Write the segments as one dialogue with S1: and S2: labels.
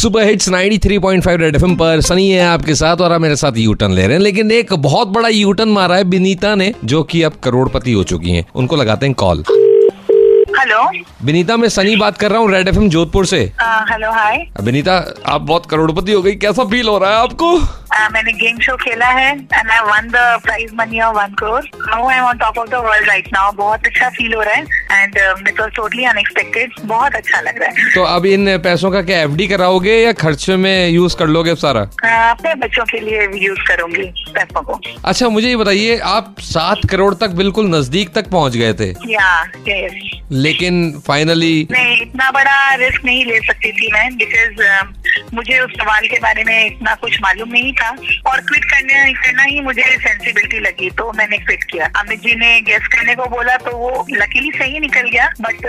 S1: super hits 93.5 red FM पर सनी है आपके साथ और आप मेरे साथ यू टर्न ले रहे हैं लेकिन एक बहुत बड़ा यू टर्न मारा है बिनीता ने जो कि अब करोड़पति हो चुकी हैं उनको लगाते हैं कॉल
S2: हेलो
S1: बिनीता मैं सनी बात कर रहा हूँ रेड एफएम जोधपुर से
S2: अ, हेलो हाय
S1: बिनीता आप बहुत करोड़पति हो गई कैसा फील हो रहा है आपको
S2: अ, Uh, मैंने गेम शो खेला है and I won the prize money of one crore now I am on top of the world right now बहुत अच्छा फील हो रहा है uh, and it was totally unexpected तो बहुत अच्छा लग रहा है
S1: तो अब इन पैसों का क्या एफडी कराओगे या खर्चे में यूज कर लोगे अब सारा
S2: अ, Uh, अपने बच्चों के लिए यूज करूंगी पैसों को
S1: अच्छा मुझे ये बताइए आप सात करोड़ तक बिल्कुल नजदीक तक पहुंच गए थे
S2: या यस
S1: लेकिन फाइनली
S2: नहीं इतना बड़ा रिस्क नहीं ले सकती थी मैं बिकॉज मुझे उस सवाल के बारे में इतना कुछ मालूम नहीं था और क्विट करने करना ही मुझे सेंसिबिलिटी लगी तो मैंने क्विट किया अमित जी ने गेस करने को बोला तो वो लकीली सही निकल गया बट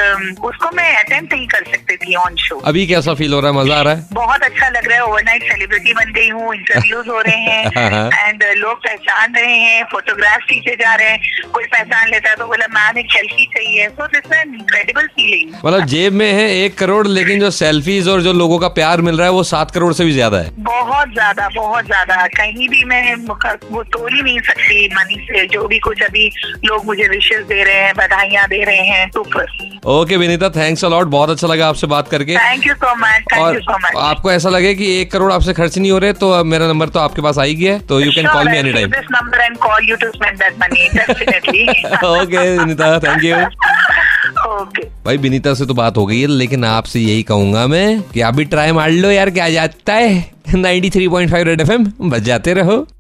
S2: उसको मैं अटेम्प्ट नहीं कर सकती थी ऑन शो
S1: अभी कैसा फील हो रहा है मजा आ रहा है
S2: बहुत अच्छा लग रहा है ओवरनाइट सेलिब्रिटी बन गई हूँ इंटरव्यूज हो रहे हैं एंड लोग पहचान रहे हैं फोटोग्राफ खींचे जा रहे हैं कोई पहचान लेता है तो बोला मैम एक सेल्फी चाहिए सो दिस इनक्रेडिबल फीलिंग
S1: मतलब जेब में है एक करोड़ लेकिन जो सेल्फीज और जो लोगों का प्यार मिल रहा है वो सात करोड़ से भी ज्यादा है
S2: बहुत ज्यादा बहुत ज्यादा कहीं भी मैं मुख- वो तोल ही नहीं सकती मनी से जो भी कुछ अभी लोग मुझे विशेष दे रहे हैं बधाइयाँ दे रहे हैं super
S1: okay Vinita thanks a lot बहुत अच्छा लगा आपसे बात करके
S2: thank you so much thank
S1: और
S2: यू सो मच
S1: आपको ऐसा लगे कि एक करोड़ आपसे खर्च नहीं हो रहे तो अब मेरा नंबर तो आपके पास आ ही गया है तो you can call me any time
S2: this number and call you to spend that money definitely
S1: okay Vinita thank you
S2: okay
S1: भाई विनीता से तो बात हो गई है लेकिन आपसे यही कहूंगा मैं कि आप भी ट्राई मार लो यार क्या जाता है 93.5 रेड एफएम बजाते रहो